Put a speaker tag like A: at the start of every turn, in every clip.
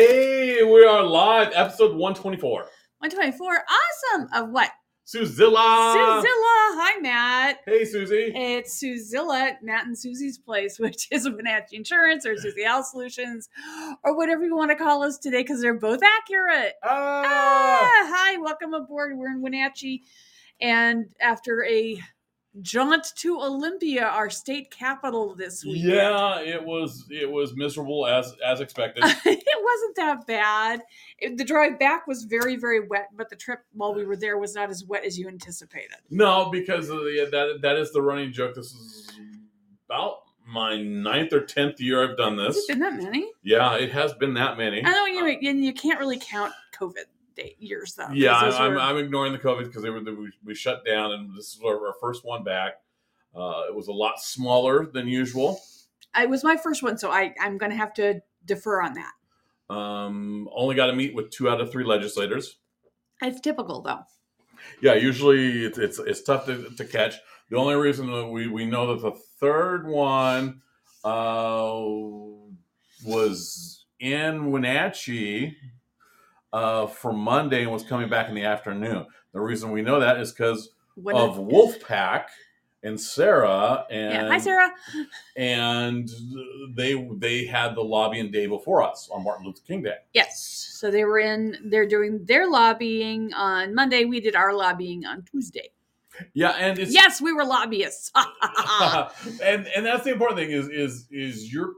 A: Hey, we are live, episode 124.
B: 124. Awesome. Of what?
A: Suzilla!
B: Suzilla. Hi, Matt.
A: Hey, Susie.
B: It's Suzilla at Matt and Susie's place, which is Wenatchee Insurance or Susie Health Solutions or whatever you want to call us today because they're both accurate.
A: Ah!
B: Ah, hi. Welcome aboard. We're in Wenatchee. And after a jaunt to Olympia, our state capital this week.
A: Yeah, it was it was miserable as as expected.
B: it wasn't that bad. It- the drive back was very, very wet, but the trip while we were there was not as wet as you anticipated.
A: no, because of the, that that is the running joke. This is about my ninth or tenth year I've done
B: Has
A: this.
B: it been that many?
A: Yeah, it has been that many.
B: I know you and you can't really count COVID day, years though. 'cause
A: Yeah,
B: those
A: I'm,
B: were-
A: I'm ignoring the COVID because they were we, we shut down and this is our, our first one back. Uh, it was a lot smaller than usual.
B: I- it was my first one, so I I'm gonna have to defer on that.
A: Um, only got to meet with two out of three legislators.
B: It's typical though.
A: Yeah, usually it's it's, it's tough to, to catch. The only reason that we, we know that the third one uh, was in Wenatchee uh, for Monday and was coming back in the afternoon. The reason we know that is because
B: When
A: of Wolfpack and Sarah and
B: yeah, hi Sarah.
A: and they they had the lobbying day before us on Martin Luther King Day.
B: Yes, so they were in. They're doing their lobbying on Monday. We did our lobbying on Tuesday.
A: Yeah, and it's
B: Yes, we were lobbyists.
A: and and that's the important thing is is is your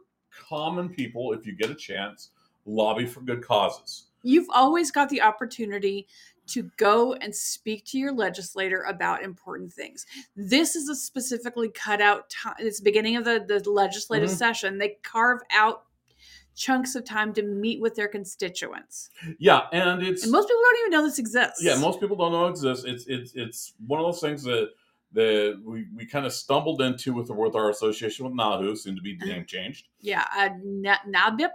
A: common people if you get a chance lobby for good causes
B: You've always got the opportunity to go and speak to your legislator about important things. This is a specifically cut out time. It's the beginning of the, the legislative
A: Mhm.
B: session. They carve out chunks of time to meet with their constituents.
A: yeah and it's
B: And most people don't even know this exists.
A: yeah most people don't know it exists it's it's it's one of those things that that we, we kind of stumbled into with with our association with Nahu soon to be
B: Mm-hmm.
A: name changed
B: yeah. Uh, na- NABIP.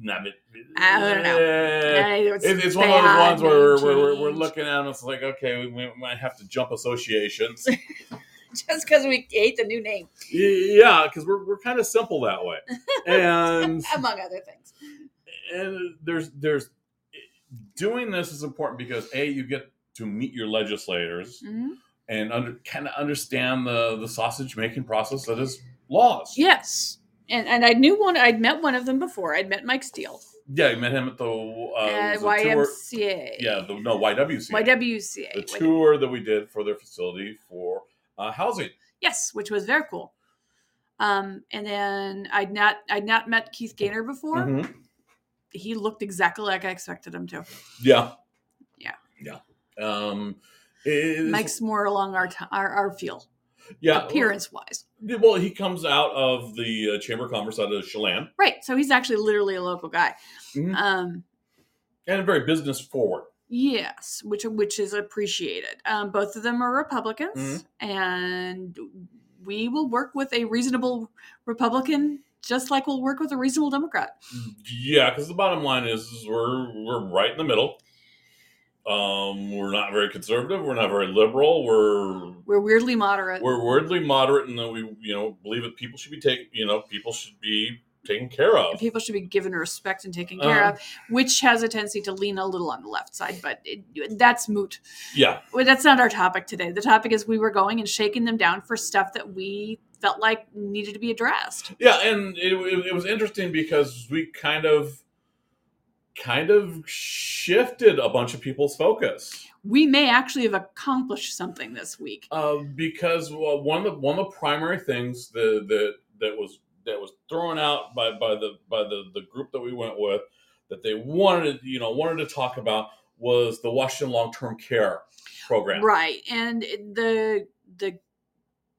A: Nah, but-
B: I don't know.
A: Eh,
B: Uh, it's
A: It's, it's one of those
B: bad
A: ones where we're,
B: name
A: we're, we're- we're
B: change.
A: looking at them. It's like, okay, we, we might have to jump associations.
B: just because we hate the new name,
A: yeah, because we're, we're kind of simple that way. And
B: among other things.
A: and there's there's doing this is important because a you get to meet your legislators
B: Mhm.
A: and under kind of understand the the sausage making process that is laws.
B: Yes. And, and I knew one, I'd met one of them before. I'd met Mike Steele
A: yeah, you met him at the uh,
B: at
A: it was a tour.
B: YMCA.
A: Yeah, the, no YWC.
B: YWCA.
A: the
B: Wait,
A: tour that we did for their facility for uh, housing.
B: yes, which was very cool. Um, and then I'd not I'd not met Keith Gaynor before.
A: Mhm.
B: He looked exactly like I expected him to.
A: Yeah.
B: Yeah.
A: Yeah. Um, it-
B: Mike's more along our t- our, our feel
A: yeah,
B: appearance wise,
A: Well, well, he comes out of the uh, Chamber of Commerce out of Chelan
B: right? So he's actually literally a local guy.
A: Mhm.
B: Um,
A: and very business forward.
B: yes, which which is appreciated. Um, both of them are Republicans, and we will work with a reasonable Republican just like we'll work with a reasonable Democrat.
A: Yeah, because the bottom line is, is we're we're right in the middle. Um, we're not very conservative. We're not very liberal. We're
B: We're weirdly moderate.
A: we're weirdly moderate, and that we you know believe that people should be taken. You know, people should be taken care of.
B: people should be given respect and taken care
A: Oh. Uh-huh.
B: of, which has a tendency to lean a little on the left side, but it, that's moot.
A: Yeah,
B: Well, that's not our topic today. The topic is we were going and shaking them down for stuff that we felt like needed to be addressed.
A: yeah, and it, it, it was interesting because we kind of kind of shifted a bunch of people's focus.
B: We may actually have accomplished something this week.
A: Uh, because well, one of the one of the primary things that that that was that was thrown out by by the by the the group that we went with that they wanted you know wanted to talk about was the Washington long term care program.
B: Right. And the the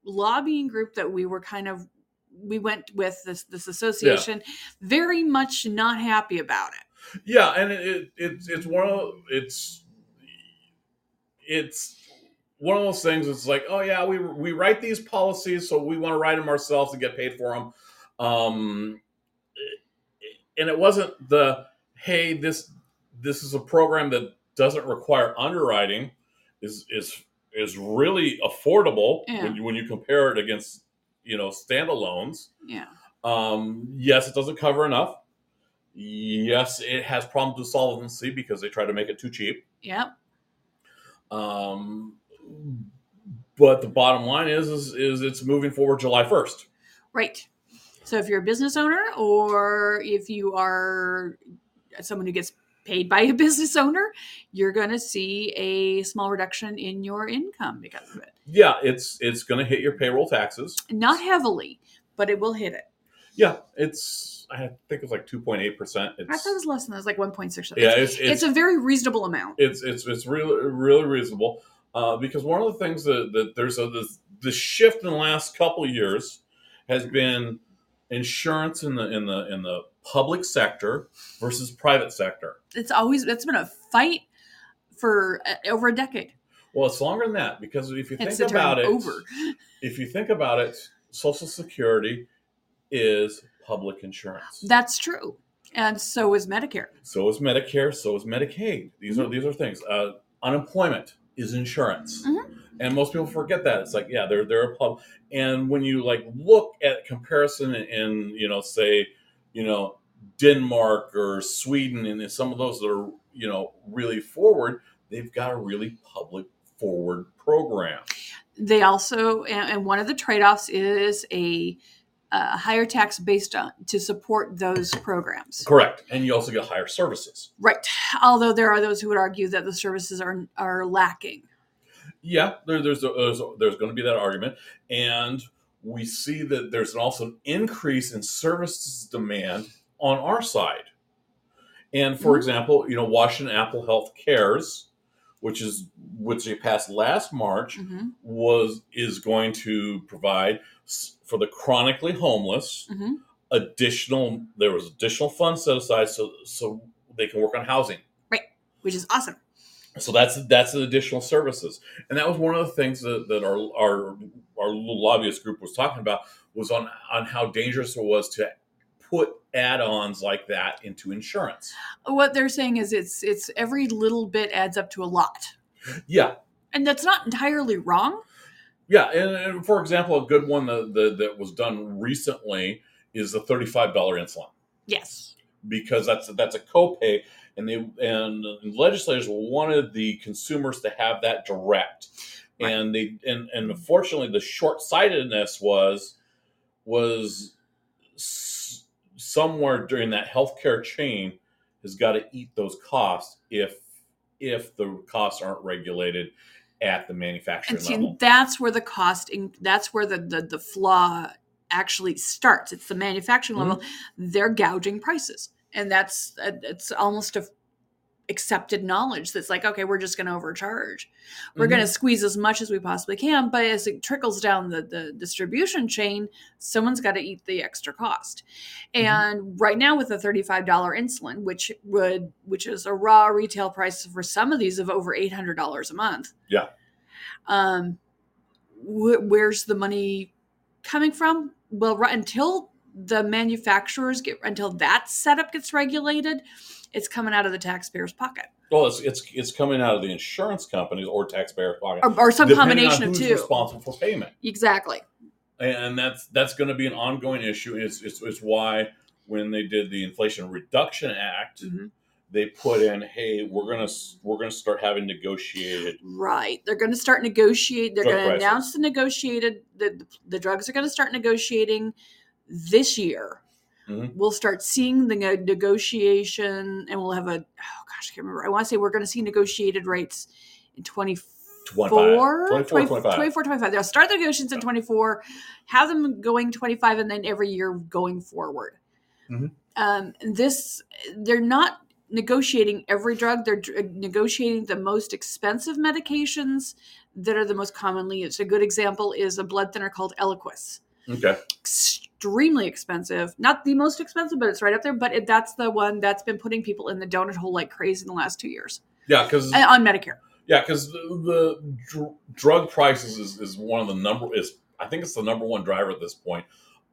B: lobbying group that we were kind of we went with this this association very much not happy about it.
A: Yeah, and it, it it's it's one of it's it's one of those things. It's like oh yeah, we we write these policies, so we want to write them ourselves and get paid for them. Um, and it wasn't the hey this this is a program that doesn't require underwriting is is is really affordable
B: Yeah.
A: when you when you compare it against you know standalones
B: Yeah.
A: um, yes, it doesn't cover enough. Yes, it has problems with solvency because they try to make it too cheap.
B: Yep.
A: Um, but the bottom line is, is, is it's moving forward July 1st.
B: Right. So if you're a business owner or if you are someone who gets paid by a business owner, you're going to see a small reduction in your income because of it.
A: Yeah, it's it's going to hit your payroll taxes.
B: Not heavily, but it will hit it.
A: Yeah, it's I think it's like 2.8%.
B: I
A: It's
B: thought it was less than that. It was like 1.6 or
A: Yeah, it's it's
B: It's,
A: it's
B: a very reasonable amount.
A: it's, it's, really really reasonable. Uh, because one of the things that, that there's a this, this shift in the last couple of years has been insurance in the in the in the public sector versus private sector.
B: It's always it's been a fight for uh, over a decade.
A: Well, it's longer than that because if you
B: Hence
A: think
B: the term
A: about it,
B: over.
A: if you think about it, Social Security is public insurance.
B: That's true. And so is Medicare.
A: so is Medicare. So is Medicaid. These are these are things. Uh, unemployment is insurance, and most people forget that. It's like yeah, they're they're a pub. And when you like look at comparison in, in you know say you know Denmark or Sweden and some of those that are you know really forward, they've got a really public forward program.
B: They also and, and one of the trade-offs is a uh, higher tax based on to support those programs.
A: Correct. And you also get higher services.
B: Right. Although there are those who would argue that the services are are lacking.
A: Yeah, there, there's a, there's a- there's going to be that argument, and we see that there's also an increase in services demand on our side. And for
B: Mhm.
A: example, you know, Washington Apple Health Cares, which is which they passed last March,
B: hmm
A: was is going to provide s- for the chronically homeless
B: hmm
A: additional. There was additional funds set aside so so they can work on housing.
B: Which is awesome.
A: so that's that's the additional services and that was one of the things that, that our our our little lobbyist group was talking about was on on how dangerous it was to put add-ons like that into insurance
B: What they're saying is it's it's every little bit adds up to a lot.
A: yeah
B: And that's not entirely wrong.
A: yeah and, and for example a good one that, that that was done recently is the $35 insulin
B: Yes.
A: because that's that's a copay and they and legislators wanted the consumers to have that direct
B: Right.
A: and they and and unfortunately the short-sightedness was was s- somewhere during that healthcare chain has got to eat those costs if if the costs aren't regulated at the manufacturer
B: And see,
A: level
B: that's where the cost in, that's where the, the the flaw actually starts. It's the manufacturing level. They're gouging prices. And that's uh, it's almost a accepted knowledge that's like okay we're just going to overcharge we're going
A: Mm-hmm.
B: to squeeze as much as we possibly can but as it trickles down the, the distribution chain someone's got to eat the extra cost
A: Mhm.
B: and right now with the $35 insulin which would which is a raw retail price for some of these of over $800 a month
A: Yeah.
B: um wh- where's the money coming from well right, until the manufacturers get until that setup gets regulated it's coming out of the taxpayer's pocket
A: Mm-hmm. well it's, it's it's coming out of the insurance companies or taxpayer pocket
B: or, or some
A: depending
B: combination
A: on
B: of
A: who's
B: two.
A: responsible for payment
B: Exactly.
A: and that's that's going to be an ongoing issue. It's, it's it's why when they did the Inflation Reduction Act,
B: Mhm.
A: they put in, hey, we're gonna s- we're gonna start having negotiated.
B: Right. They're going to start negotiate. They're
A: Drug
B: going to
A: prices.
B: announce the negotiated. The, the drugs are going to start negotiating this year.
A: Mhm.
B: We'll start seeing the ne- negotiation, and we'll have a. Oh gosh, I can't remember. I want to say we're going to see negotiated rates in 24,
A: 25.
B: 20
A: 24, 25.
B: 24, 25. They'll start the negotiations in 24, have them going 25, and then every year going forward.
A: Mhm.
B: Um, this, they're not negotiating every drug, they're dr- uh, negotiating the most expensive medications that are the most commonly used. A good example is a blood thinner called Eliquis.
A: Okay,
B: Extremely expensive, not the most expensive, but it's right up there. But it, that's the one that's been putting people in the donut hole like crazy in the last two years
A: yeah, because
B: uh, on Medicare.
A: yeah, because the, the dr- drug prices is, is one of the number is I think it's the number one driver at this point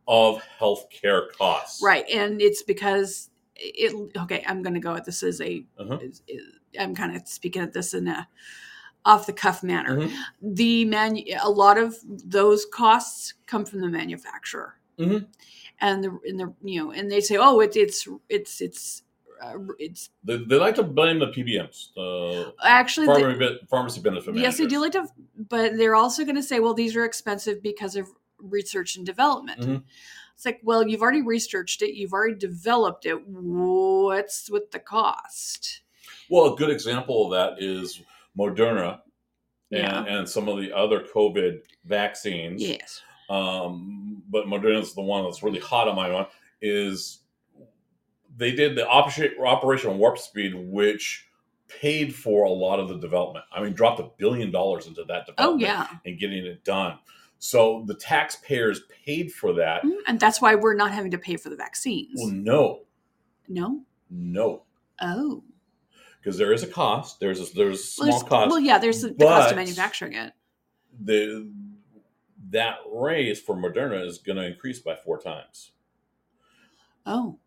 A: of healthcare costs.
B: Right, and it's because it. Okay, I'm going to go at this as a.
A: Uh-huh.
B: Is, is, I'm kind of speaking at this in a off the cuff manner.
A: Mhm.
B: The man, a lot of those costs come from the manufacturer,
A: Mhm.
B: and the and the you know and they say oh it, it's it's it's uh, it's
A: They, they like to blame the PBMs, the
B: actually the-
A: pharmacy, ben- pharmacy benefit
B: yes they do
A: managers.
B: like to but they're also going to say well these are expensive because of research and development
A: Mhm.
B: it's like well you've already researched it you've already developed it what's with the cost
A: Well, a good example of that is Moderna and, and some of the other COVID vaccines.
B: yes
A: Um, but Moderna's the one that's really hot on my mind. Is they did the Operation Operation Warp Speed, which paid for a lot of the development. I mean, dropped a billion dollars into that
B: oh
A: development
B: yeah
A: and getting it done. So the taxpayers paid for that.
B: Mm, and that's why we're not having to pay for the vaccines
A: Well, no,
B: no
A: no,
B: oh
A: because there is a cost. There's a, there's a
B: well,
A: small
B: there's-
A: cost.
B: well yeah there's the, the cost
A: but-
B: of manufacturing it
A: the that raise for Moderna is going to increase by four times.
B: oh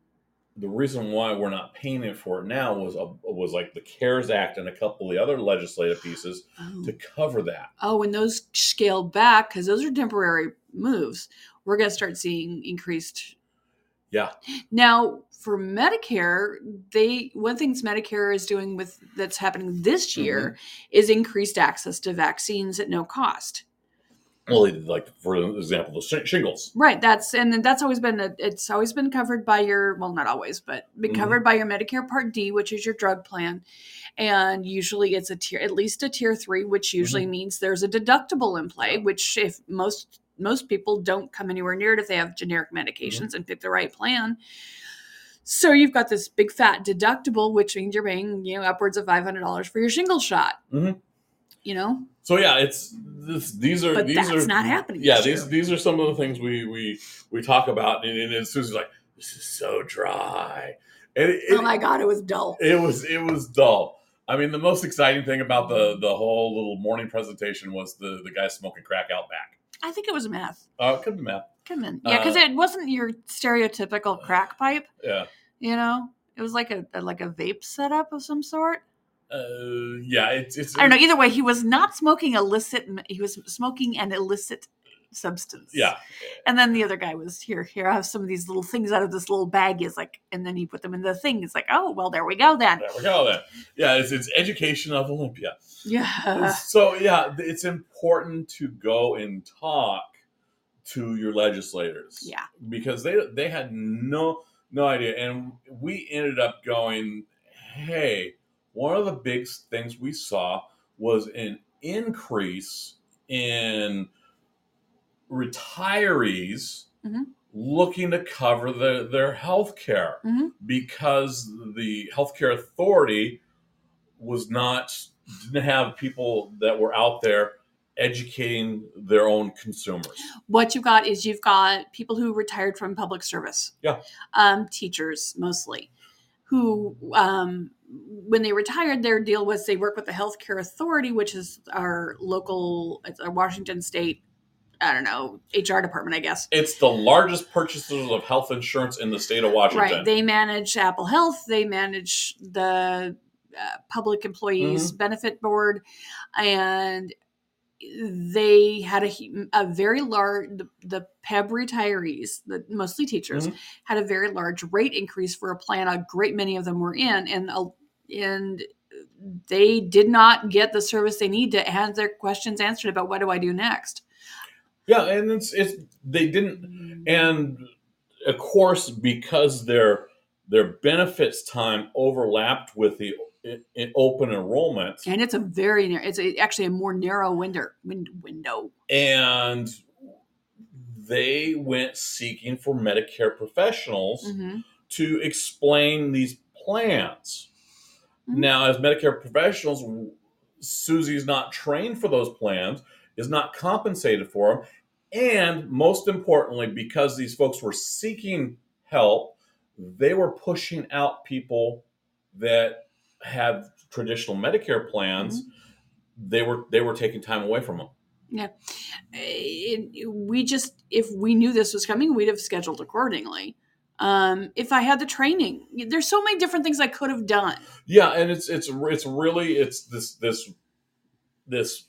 A: The reason why we're not paying it for it now was a, was like the CARES Act and a couple of the other legislative pieces
B: oh,
A: to cover that.
B: oh and those scale back because those are temporary moves we're going to start seeing increased
A: Yeah,
B: Now, for Medicare, they one thing's Medicare is doing with that's happening this year is increased access to vaccines at no cost.
A: well, they did, like for example, the sh- shingles.
B: Right. That's and then that's always been a, it's always been covered by your well, not always, but been
A: Mhm.
B: covered by your Medicare Part D, which is your drug plan, and usually it's a tier at least a tier three, which usually means there's a deductible in play,
A: Yeah.
B: which if most most people don't come anywhere near it if they have generic medications and pick the right plan. So you've got this big fat deductible, which means you're paying you know upwards of five hundred dollars for your shingle shot.
A: Mhm.
B: You know,
A: So yeah, it's this, these are
B: But
A: these
B: that's
A: are
B: not happening
A: Yeah,
B: this
A: these
B: year.
A: these are some of the things we we we talk about, and, and, Susie's like, "This is so dry." And it,
B: oh my god, it was dull.
A: it was it was dull. I mean, the most exciting thing about the the whole little morning presentation was the the guy smoking crack out back.
B: I think it was math.
A: Uh, could be math.
B: Come in. Yeah, because
A: Uh,
B: it wasn't your stereotypical crack pipe,
A: Yeah,
B: you know? It was like a, a- like a vape setup of some sort.
A: uh, yeah. It's it's
B: I don't know. Either way, he was not smoking illicit. m- He was smoking an illicit substance.
A: Yeah,
B: And then the other guy was here. Here, I have some of these little things out of this little bag. Is like, and then he put them in the thing. It's like, oh well, there we go then.
A: there we go then. Yeah, it's it's education of Olympia.
B: Yeah.
A: so yeah, it's important to go and talk to your legislators.
B: Yeah.
A: because they they had no no idea, and we ended up going. Hey, one of the big things we saw was an increase in retirees
B: Mhm.
A: looking to cover the, their health care
B: Mhm.
A: because the healthcare authority was not didn't have people that were out there educating their own consumers.
B: what you've got is you've got people who retired from public service.
A: Yeah.
B: Um, teachers mostly, who um, when they retired, their deal was they work with the healthcare authority, which is our local, it's our Washington state, I don't know, HR department, I guess.
A: It's the largest purchasers of health insurance in the state of Washington.
B: Right. They manage Apple Health. They manage the uh, Public Employees Benefit Board, and they had a hu- a very large the, the PEB retirees, the, mostly teachers, had a very large rate increase for a plan. A great many of them were in, and a, and they did not get the service they need to have their questions answered about what do I do next.
A: yeah, and it's it's they didn't and of course because their their benefits time overlapped with the i- i- open enrollment
B: And it's a very narrow. It's a, actually a more narrow window. Win, window.
A: and they went seeking for Medicare professionals
B: Mhm.
A: to explain these plans.
B: Mhm.
A: Now, as Medicare professionals, Susie's not trained for those plans, is not compensated for them. And most importantly, because these folks were seeking help, they were pushing out people that had traditional Medicare plans. They were they were taking time away from them.
B: it, we just if we knew this was coming we'd have scheduled accordingly um, if i had the training there's so many different things i could have done
A: Yeah, and it's it's it's really it's this this this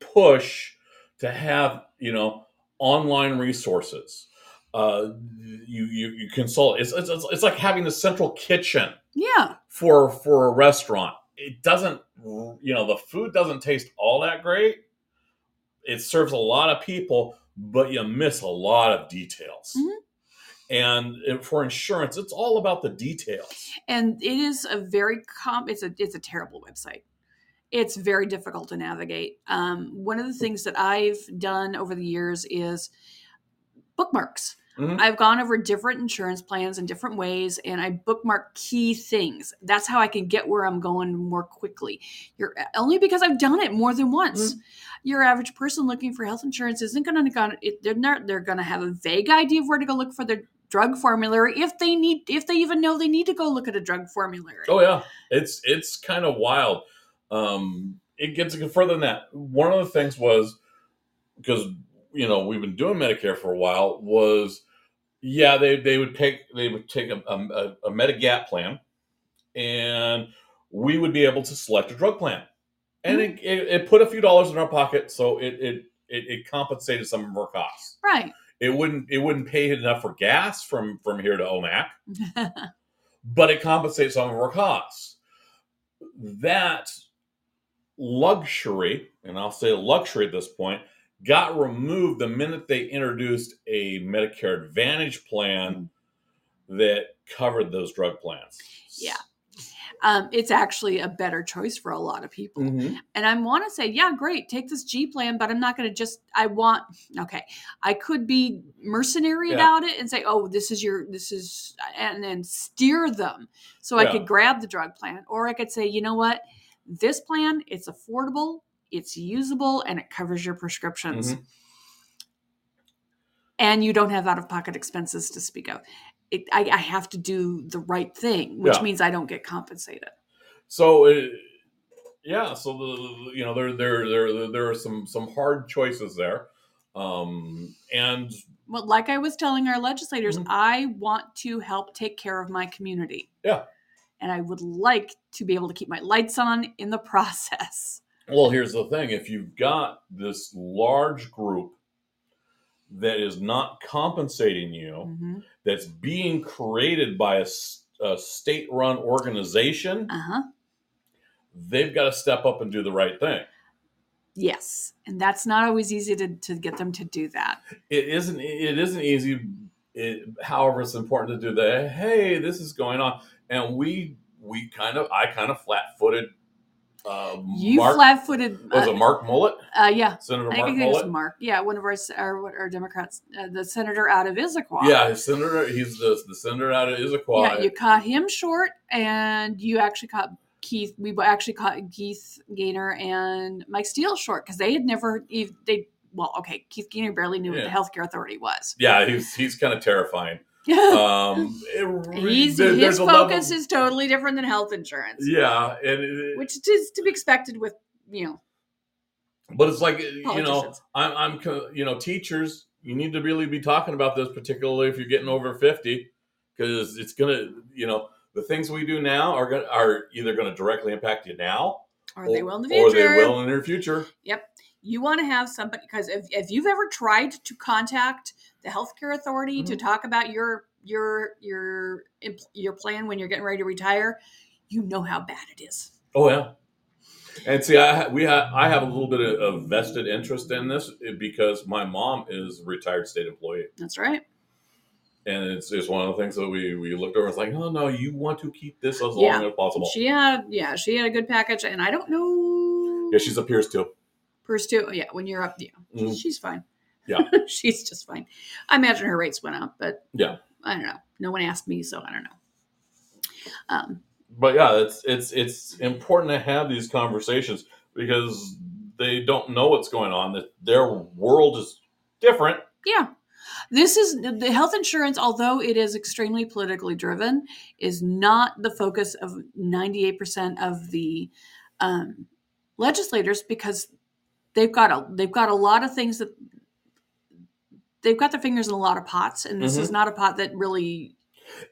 A: push to have you know online resources. uh, you, you you consult. It's, it's it's like having the central kitchen
B: Yeah.
A: for for a restaurant. It doesn't, you know, the food doesn't taste all that great. It serves a lot of people, but you miss a lot of details.
B: Mhm.
A: And it- for insurance, it's all about the details.
B: And it is a very com it's a it's a terrible website. It's very difficult to navigate. Um, one of the things that I've done over the years is bookmarks.
A: Mhm.
B: I've gone over different insurance plans in different ways, and I bookmark key things. That's how I can get where I'm going more quickly. You're only because I've done it more than
A: Mm-hmm.
B: once. Your average person looking for health insurance isn't going to they're not they're going to have a vague idea of where to go look for their drug formulary if they need if they even know they need to go look at a drug formulary.
A: Oh yeah, it's it's kind of wild. Um, it gets further than that. One of the things was because you know we've been doing Medicare for a while was yeah they they would take they would take a, a, a Medigap plan and we would be able to select a drug plan and it, it, it put a few dollars in our pocket so it it it, it compensated some of our costs.
B: Right.
A: It wouldn't it wouldn't pay enough for gas from from here to OMAC but it compensates some of our costs. That luxury, and I'll say luxury at this point, got removed the minute they introduced a Medicare Advantage plan that covered those drug plans.
B: Yeah. um, it's actually a better choice for a lot of people.
A: Mhm.
B: and I want to say, yeah, great, take this G plan, but I'm not going to just. I want okay. I could be mercenary
A: Yeah.
B: about it and say, oh, this is your, this is, and then steer them. So I
A: Yeah.
B: could grab the drug plan, or I could say, you know what, this plan, it's affordable, it's usable, and it covers your prescriptions,
A: Mm-hmm.
B: and you don't have out of pocket expenses to speak of. It, I, I have to do the right thing, which
A: Yeah.
B: means I don't get compensated.
A: So, it, yeah. So the, you know there there there there are some some hard choices there, um, and
B: well, like I was telling our legislators,
A: Mhm.
B: I want to help take care of my community.
A: Yeah.
B: And I would like to be able to keep my lights on in the process.
A: Well, here's the thing if you've got this large group that is not compensating you,
B: Mhm.
A: that's being created by a, s- a state run organization,
B: Uh-huh.
A: they've got to step up and do the right thing.
B: Yes. And that's not always easy to, to get them to do that.
A: It isn't, it isn't easy. It, however, it's important to do the hey, this is going on. And we, we kind of, I kind of flat footed. Uh,
B: You
A: Mark,
B: flat footed.
A: was it Mark Mullet?
B: uh, yeah.
A: Senator
B: I
A: Mark
B: think it
A: Mullet?
B: was Mark. Yeah. One of our, s- our, what- our Democrats, uh, the senator out of Issaquah.
A: Yeah, his senator. He's the, the senator out of Issaquah.
B: Yeah, you caught him short, and you actually caught Keith. We bo- actually caught Keith Gainer and Mike Steele short because they had never. ev- They well, okay, Keith Gainer barely knew
A: Yeah. Uh,
B: what the healthcare authority was.
A: yeah, he's he's kind of terrifying. Um, it re-
B: He's,
A: there-
B: his
A: there's a
B: focus
A: level-
B: is totally different than health insurance,
A: yeah, and it-
B: which is to be expected with you know.
A: but it's like you know,
B: Politicians.
A: I'm I'm co- you know, teachers, you need to really be talking about this, particularly if you're getting over fifty, because it's gonna, you know, the things we do now are gonna are either gonna directly impact you now,
B: Or they will in the
A: or they
B: future.
A: will in your future.
B: You want to have somebody because if, if you've ever tried to contact the healthcare authority to
A: Mm-hmm.
B: talk about your your your empl- your plan when you're getting ready to retire, you know how bad it is.
A: Oh yeah. And see, I ha- we ha- I have a little bit of- of vested interest in this eh, because my mom is a retired state employee.
B: That's right.
A: and it's it's one of the things that we we looked over. It's like, oh no, you want to keep this as
B: Yeah.
A: long as possible.
B: She had yeah, she had a good package, and I don't know.
A: yeah, she's a Pierce too.
B: Purse too. Yeah, when you're up, yeah,
A: Mhm.
B: she's fine.
A: Yeah.
B: she's just fine. I imagine her rates went up, but
A: Yeah.
B: I don't know. No one asked me, so I don't know. Um,
A: But yeah, it's it's it's important to have these conversations because they don't know what's going on. That their world is different.
B: Yeah. This is the health insurance, although it is extremely politically driven, is not the focus of 98% of the um, legislators because they've got a they've got a lot of things that they've got their fingers in a lot of pots, and this is not a pot that really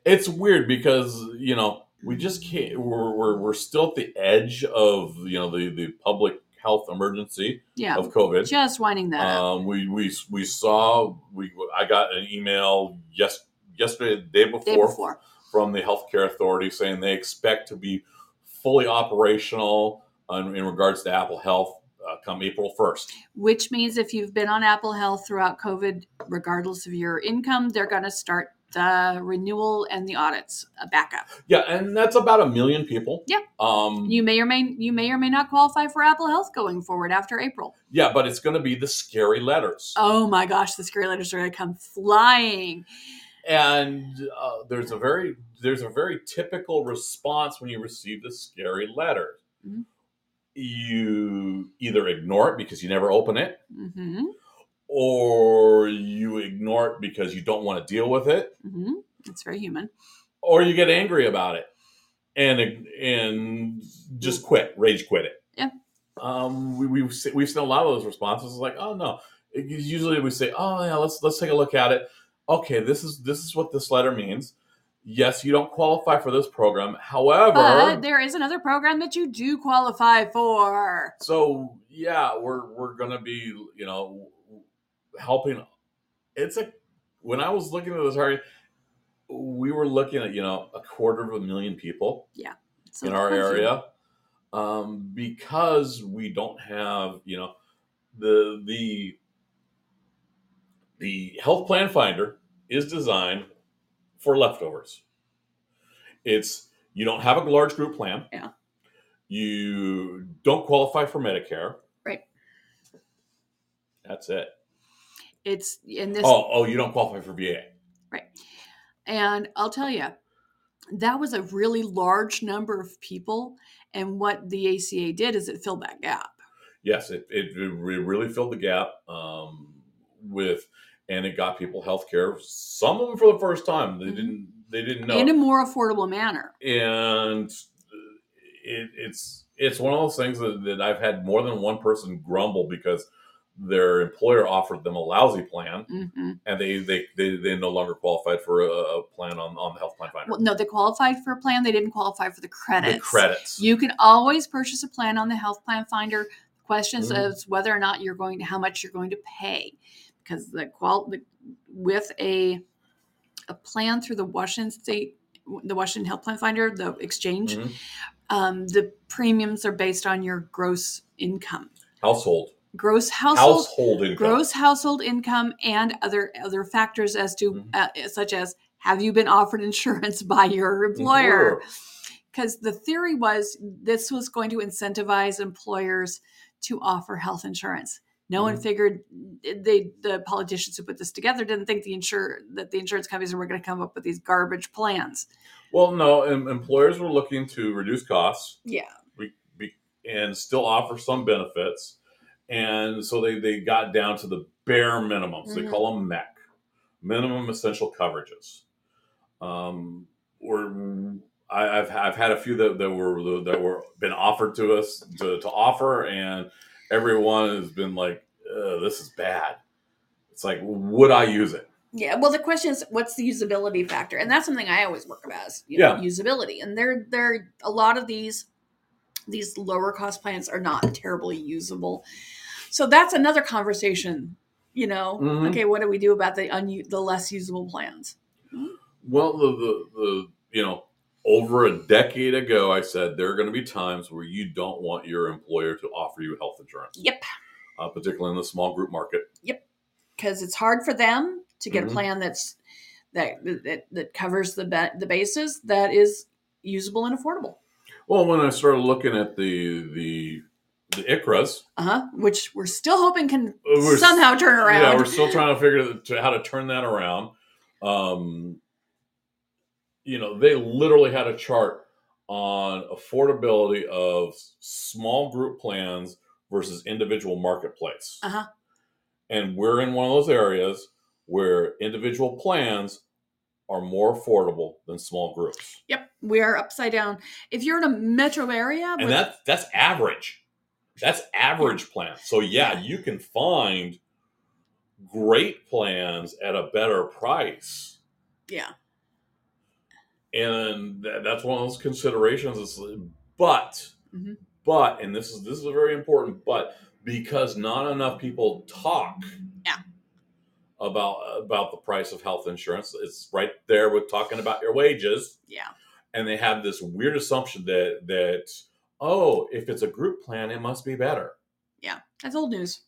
A: It's weird because you know we just can't. We're we're, we're still at the edge of you know the the public health emergency
B: Yeah.
A: of COVID.
B: Just winding that up.
A: Um, we, we we saw we I got an email yes yesterday the day before,
B: Day before.
A: from the healthcare authority saying they expect to be fully operational on, in regards to Apple Health uh, come April first.
B: which means if you've been on Apple Health throughout COVID, regardless of your income, they're going to start the renewal and the audits uh, back up.
A: Yeah, and that's about a million people.
B: Yeah.
A: Um,
B: You may or may you may or may not qualify for Apple Health going forward after April.
A: yeah, but it's going to be the scary letters.
B: Oh my gosh, the scary letters are going to come flying.
A: and uh, there's a very there's a very typical response when you receive the scary letter
B: Mhm.
A: you either ignore it because you never open it
B: hmm
A: or you ignore it because you don't want to deal with it
B: hmm It's very human.
A: or you get angry about it and and just quit rage quit it
B: Yeah.
A: um we, we've se- we've seen a lot of those responses it's like oh no It- usually we say oh yeah let's let's take a look at it okay this is this is what this letter means yes you don't qualify for this program however
B: But there is another program that you do qualify for.
A: so yeah we're we're gonna be you know helping it's a when i was looking at this article we were looking at you know a quarter of a million people
B: So
A: in
B: of
A: our
B: course you-
A: area um, because we don't have you know the the the health plan finder is designed for leftovers it's you don't have a large group plan
B: Yeah.
A: you don't qualify for medicare
B: Right.
A: that's it
B: It's in this
A: oh oh you don't qualify for va
B: And I'll tell you, that was a really large number of people. And what the ACA did is it filled that gap.
A: yes, it, it, it re- really filled the gap um, with, and it got people health care. Some of them for the first time, they
B: Mhm.
A: didn't they didn't
B: in a
A: know,
B: more affordable manner.
A: and it, it's it's one of those things that, that I've had more than one person grumble because their employer offered them a lousy plan
B: hmm
A: and they they they, they no longer qualified for a, a plan on, on the health plan finder.
B: Well, no, they qualified for a plan. They didn't qualify for the credits.
A: the credits.
B: You can always purchase a plan on the health plan finder. The question is
A: Mhm.
B: is whether or not you're going to, how much you're going to pay, because the qual the, with a a plan through the Washington State, the Washington Health Plan Finder, the exchange,
A: Mhm.
B: um, the premiums are based on your gross income,
A: Household,
B: gross household,
A: household income.
B: gross household income, and other other factors as to
A: Mhm.
B: uh, such as have you been offered insurance by your
A: Mm-hmm.
B: employer? Because the theory was this was going to incentivize employers to offer health insurance. No one
A: Mhm.
B: figured eh, they the politicians who put this together didn't think the insure that the insurance companies were going to come up with these garbage plans.
A: Well, no, em- employers were looking to reduce costs.
B: Yeah.
A: Be, be, and still offer some benefits. And so they, they got down to the bare minimums. They
B: Mhm.
A: call them MEC, minimum essential coverages. Um, or I, I've, I've had a few that, that were that were been offered to us to, to offer, and everyone has been like, "Ugh, "This is bad." It's like, would I use it?
B: Yeah, well, the question is, what's the usability factor, and that's something I always work about is you know, usability. And there, there, a lot of these these lower cost plans are not terribly usable. So that's another conversation. You know,
A: Mhm.
B: okay, what do we do about the un- the less usable plans?
A: Well, the, the, the you know, over a decade ago, I said there are going to be times where you don't want your employer to offer you health insurance,
B: Yep,
A: uh, particularly in the small group market.
B: because it's hard for them to get
A: Mhm.
B: a plan that's that that, that covers the ba- the basis that is usable and affordable.
A: Well, when I started looking at the the the ICRAs,
B: Uh huh. Which we're still hoping can
A: Uh, we're s-
B: somehow turn around.
A: yeah, we're still trying to figure out how to turn that around. Um, you know, they literally had a chart on affordability of s- small group plans versus individual marketplace.
B: Uh-huh.
A: And we're in one of those areas where individual plans are more affordable than small groups.
B: Yep, we are upside down. If you're in a metro area,
A: And
B: which-
A: that that's average. That's average plans. So yeah, you can find great plans at a better price.
B: yeah,
A: and tha- that's one of those considerations. It's, but
B: Mhm.
A: but and this is this is a very important but because not enough people talk
B: Yeah.
A: about about the price of health insurance it's right there with talking about your wages
B: Yeah.
A: and they have this weird assumption that that oh if it's a group plan it must be better
B: That's old news.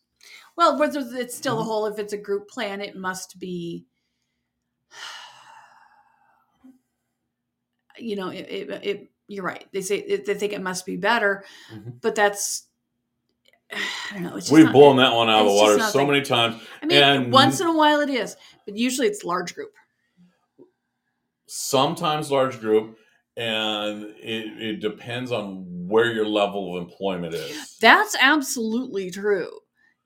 B: Well, whether it's still the whole, if it's a group plan, it must be, you know, it, it, it you're right. They say it, they think it must be better,
A: Mhm.
B: but that's, I don't know. It's just
A: we've
B: not-
A: blown that one out of the
B: it's just
A: water
B: not
A: so
B: like-
A: many times
B: I mean,
A: and-
B: once in a while it is, but usually it's large group.
A: sometimes large group and it, it depends on where your level of employment is
B: That's absolutely true.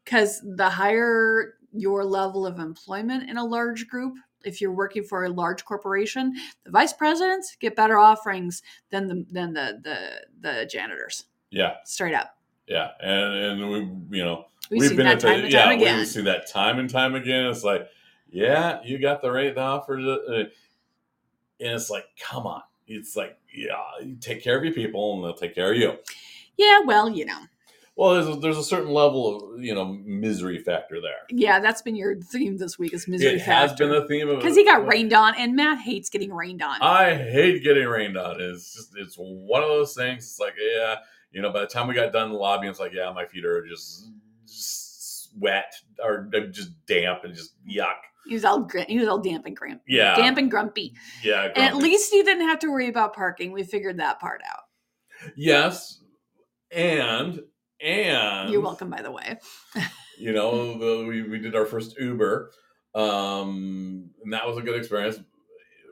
B: Because the higher your level of employment in a large group, if you're working for a large corporation, the vice presidents get better offerings than the than the the, the janitors.
A: yeah
B: Straight up,
A: yeah and and we you know
B: we've,
A: We've
B: seen
A: been
B: that
A: at
B: time
A: the,
B: and
A: yeah,
B: time again.
A: we've seen that time and time again. It's like, yeah, you got the right offer, uh, and it's like, come on, it's like, yeah, you take care of your people, and they'll take care of you.
B: Yeah, well, you know,
A: Well, there's a, there's a certain level of you know misery factor there.
B: yeah, that's been your theme this week is misery
A: it has been uh,
B: factor
A: the theme of
B: because he got rained on, and Matt hates getting rained on.
A: I hate getting rained on. It's just it's one of those things. It's like, yeah, you know, by the time we got done lobbying, it's like, yeah, my feet are just, just wet or they're just damp and just yuck.
B: he was all gr- he was all damp and grumpy.
A: Yeah.
B: damp and grumpy.
A: Yeah,
B: And at
A: grumpy.
B: least he didn't have to worry about parking. We figured that part out.
A: Yes, and and
B: You're welcome, by the way.
A: You know, the, we we did our first Uber, um, and that was a good experience.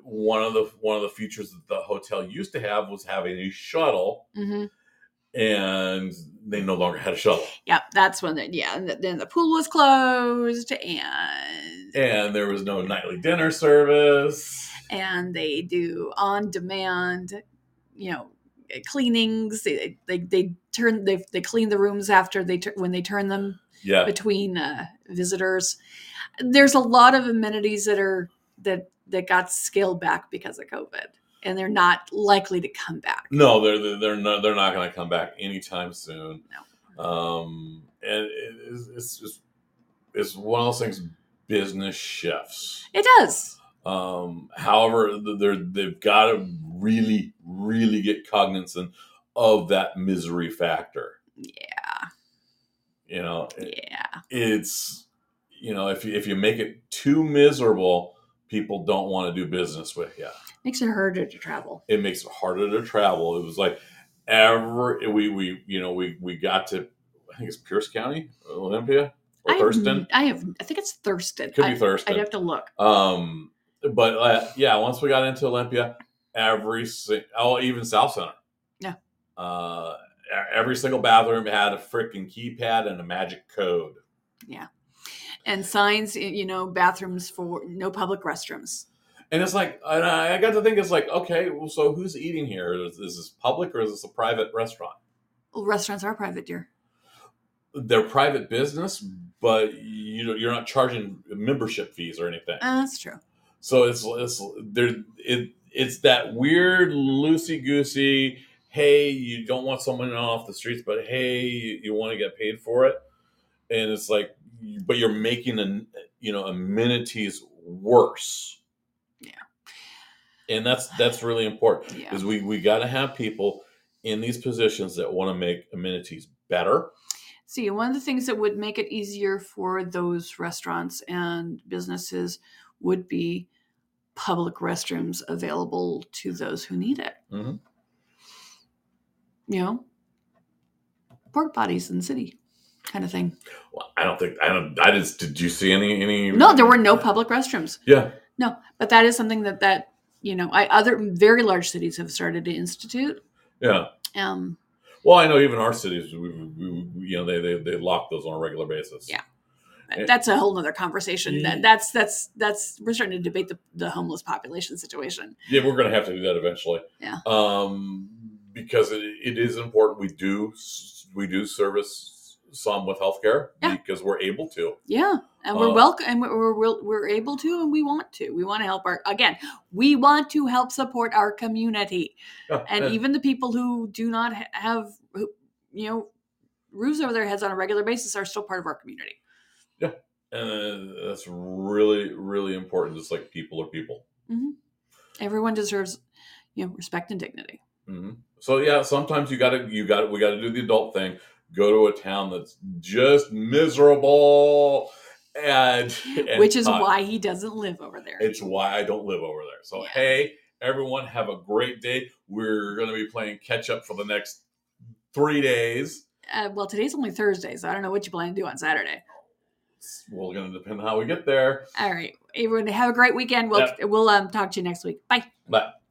A: One of the one of the features that the hotel used to have was having a shuttle,
B: Mm-hmm.
A: and they no longer had a shuttle,
B: Yeah, that's when. The, yeah, and then the pool was closed, and
A: and there was no nightly dinner service.
B: and they do on demand, you know, eh, cleanings. They they, they turn they they clean the rooms after they tur- when they turn them
A: Yeah,
B: between uh, visitors. There's a lot of amenities that are that that got scaled back because of COVID, and they're not likely to come back.
A: no, they're they're they're not, they're not going to come back anytime soon.
B: No.
A: Um, and it, it's, it's just it's one of those things. Business shifts.
B: It does.
A: Um, however, th- they're, they've got to really, really get cognizant of that misery factor.
B: Yeah,
A: You know, it-
B: yeah,
A: it's you know if you, if you make it too miserable, people don't want to do business with you.
B: makes it harder to travel.
A: It makes it harder to travel. It was like ever we we you know we we got to I think it's Pierce County, Olympia or
B: I
A: Thurston.
B: Have, I have. I think it's Thurston.
A: Could
B: I,
A: be Thurston.
B: I'd have to look.
A: Um, but uh, yeah, once we got into Olympia, every si- oh, even South Center,
B: Yeah.
A: uh, e- every single bathroom had a freaking keypad and a magic code.
B: And signs, you know, bathrooms for no public restrooms.
A: And it's like, and I I got to think, it's like, okay, well, so who's eating here? Is, is this public or is this a private restaurant?
B: Well, restaurants are private, dear.
A: They're private business, but you you're not charging membership fees or anything.
B: Uh, that's true.
A: So it's it's there it it's that weird loosey goosey. Hey, you don't want someone off the streets, but hey, you, you want to get paid for it, and it's like, but you're making an you know amenities worse.
B: Yeah.
A: and that's that's really important
B: Yeah.
A: because we we got to have people in these positions that want to make amenities better.
B: See, one of the things that would make it easier for those restaurants and businesses would be public restrooms available to those who need it.
A: Mhm.
B: You know, porta potties in the city, kind of thing.
A: Well, I don't think I don't. I just did. You see any any?
B: No, there were no public restrooms.
A: Yeah,
B: No, but that is something that that you know, I other very large cities have started to institute.
A: yeah.
B: Um,
A: Well, I know even our cities, we, we, we- you know, they, they they lock those on a regular basis.
B: Yeah.
A: Eh.
B: that's a whole nother conversation.
A: Ye-
B: That, that's that's that's we're starting to debate the, the homeless population situation.
A: yeah, we're going to have to do that eventually.
B: Yeah.
A: um, because it, it is important. We do s- we do service some with healthcare
B: Yeah.
A: because we're able to.
B: Yeah, and we're
A: Uh,
B: welcome, and we're, we're will- we're able to, and we want to. We want to help our again. We want to help support our community,
A: Yeah,
B: e- and even the people who do not ha- have who, you know roofs over their heads on a regular basis are still part of our community.
A: And uh, that's really, really important. Just like people are people.
B: Everyone deserves you know respect and dignity.
A: hmm So yeah, sometimes you gotta, you gotta, we gotta do the adult thing. Go to a town that's just miserable, and, and
B: which is
A: uh,
B: why he doesn't live over there.
A: It's why I don't live over there. So
B: Yeah.
A: hey, everyone, have a great day. We're gonna be playing catch up for the next three days.
B: uh, well, today's only Thursday, so I don't know what you plan to do on Saturday.
A: It's- Well, gonna depend on how we get there.
B: All right, everyone, have a great weekend. We'll we'll um, talk to you next week. Bye.
A: But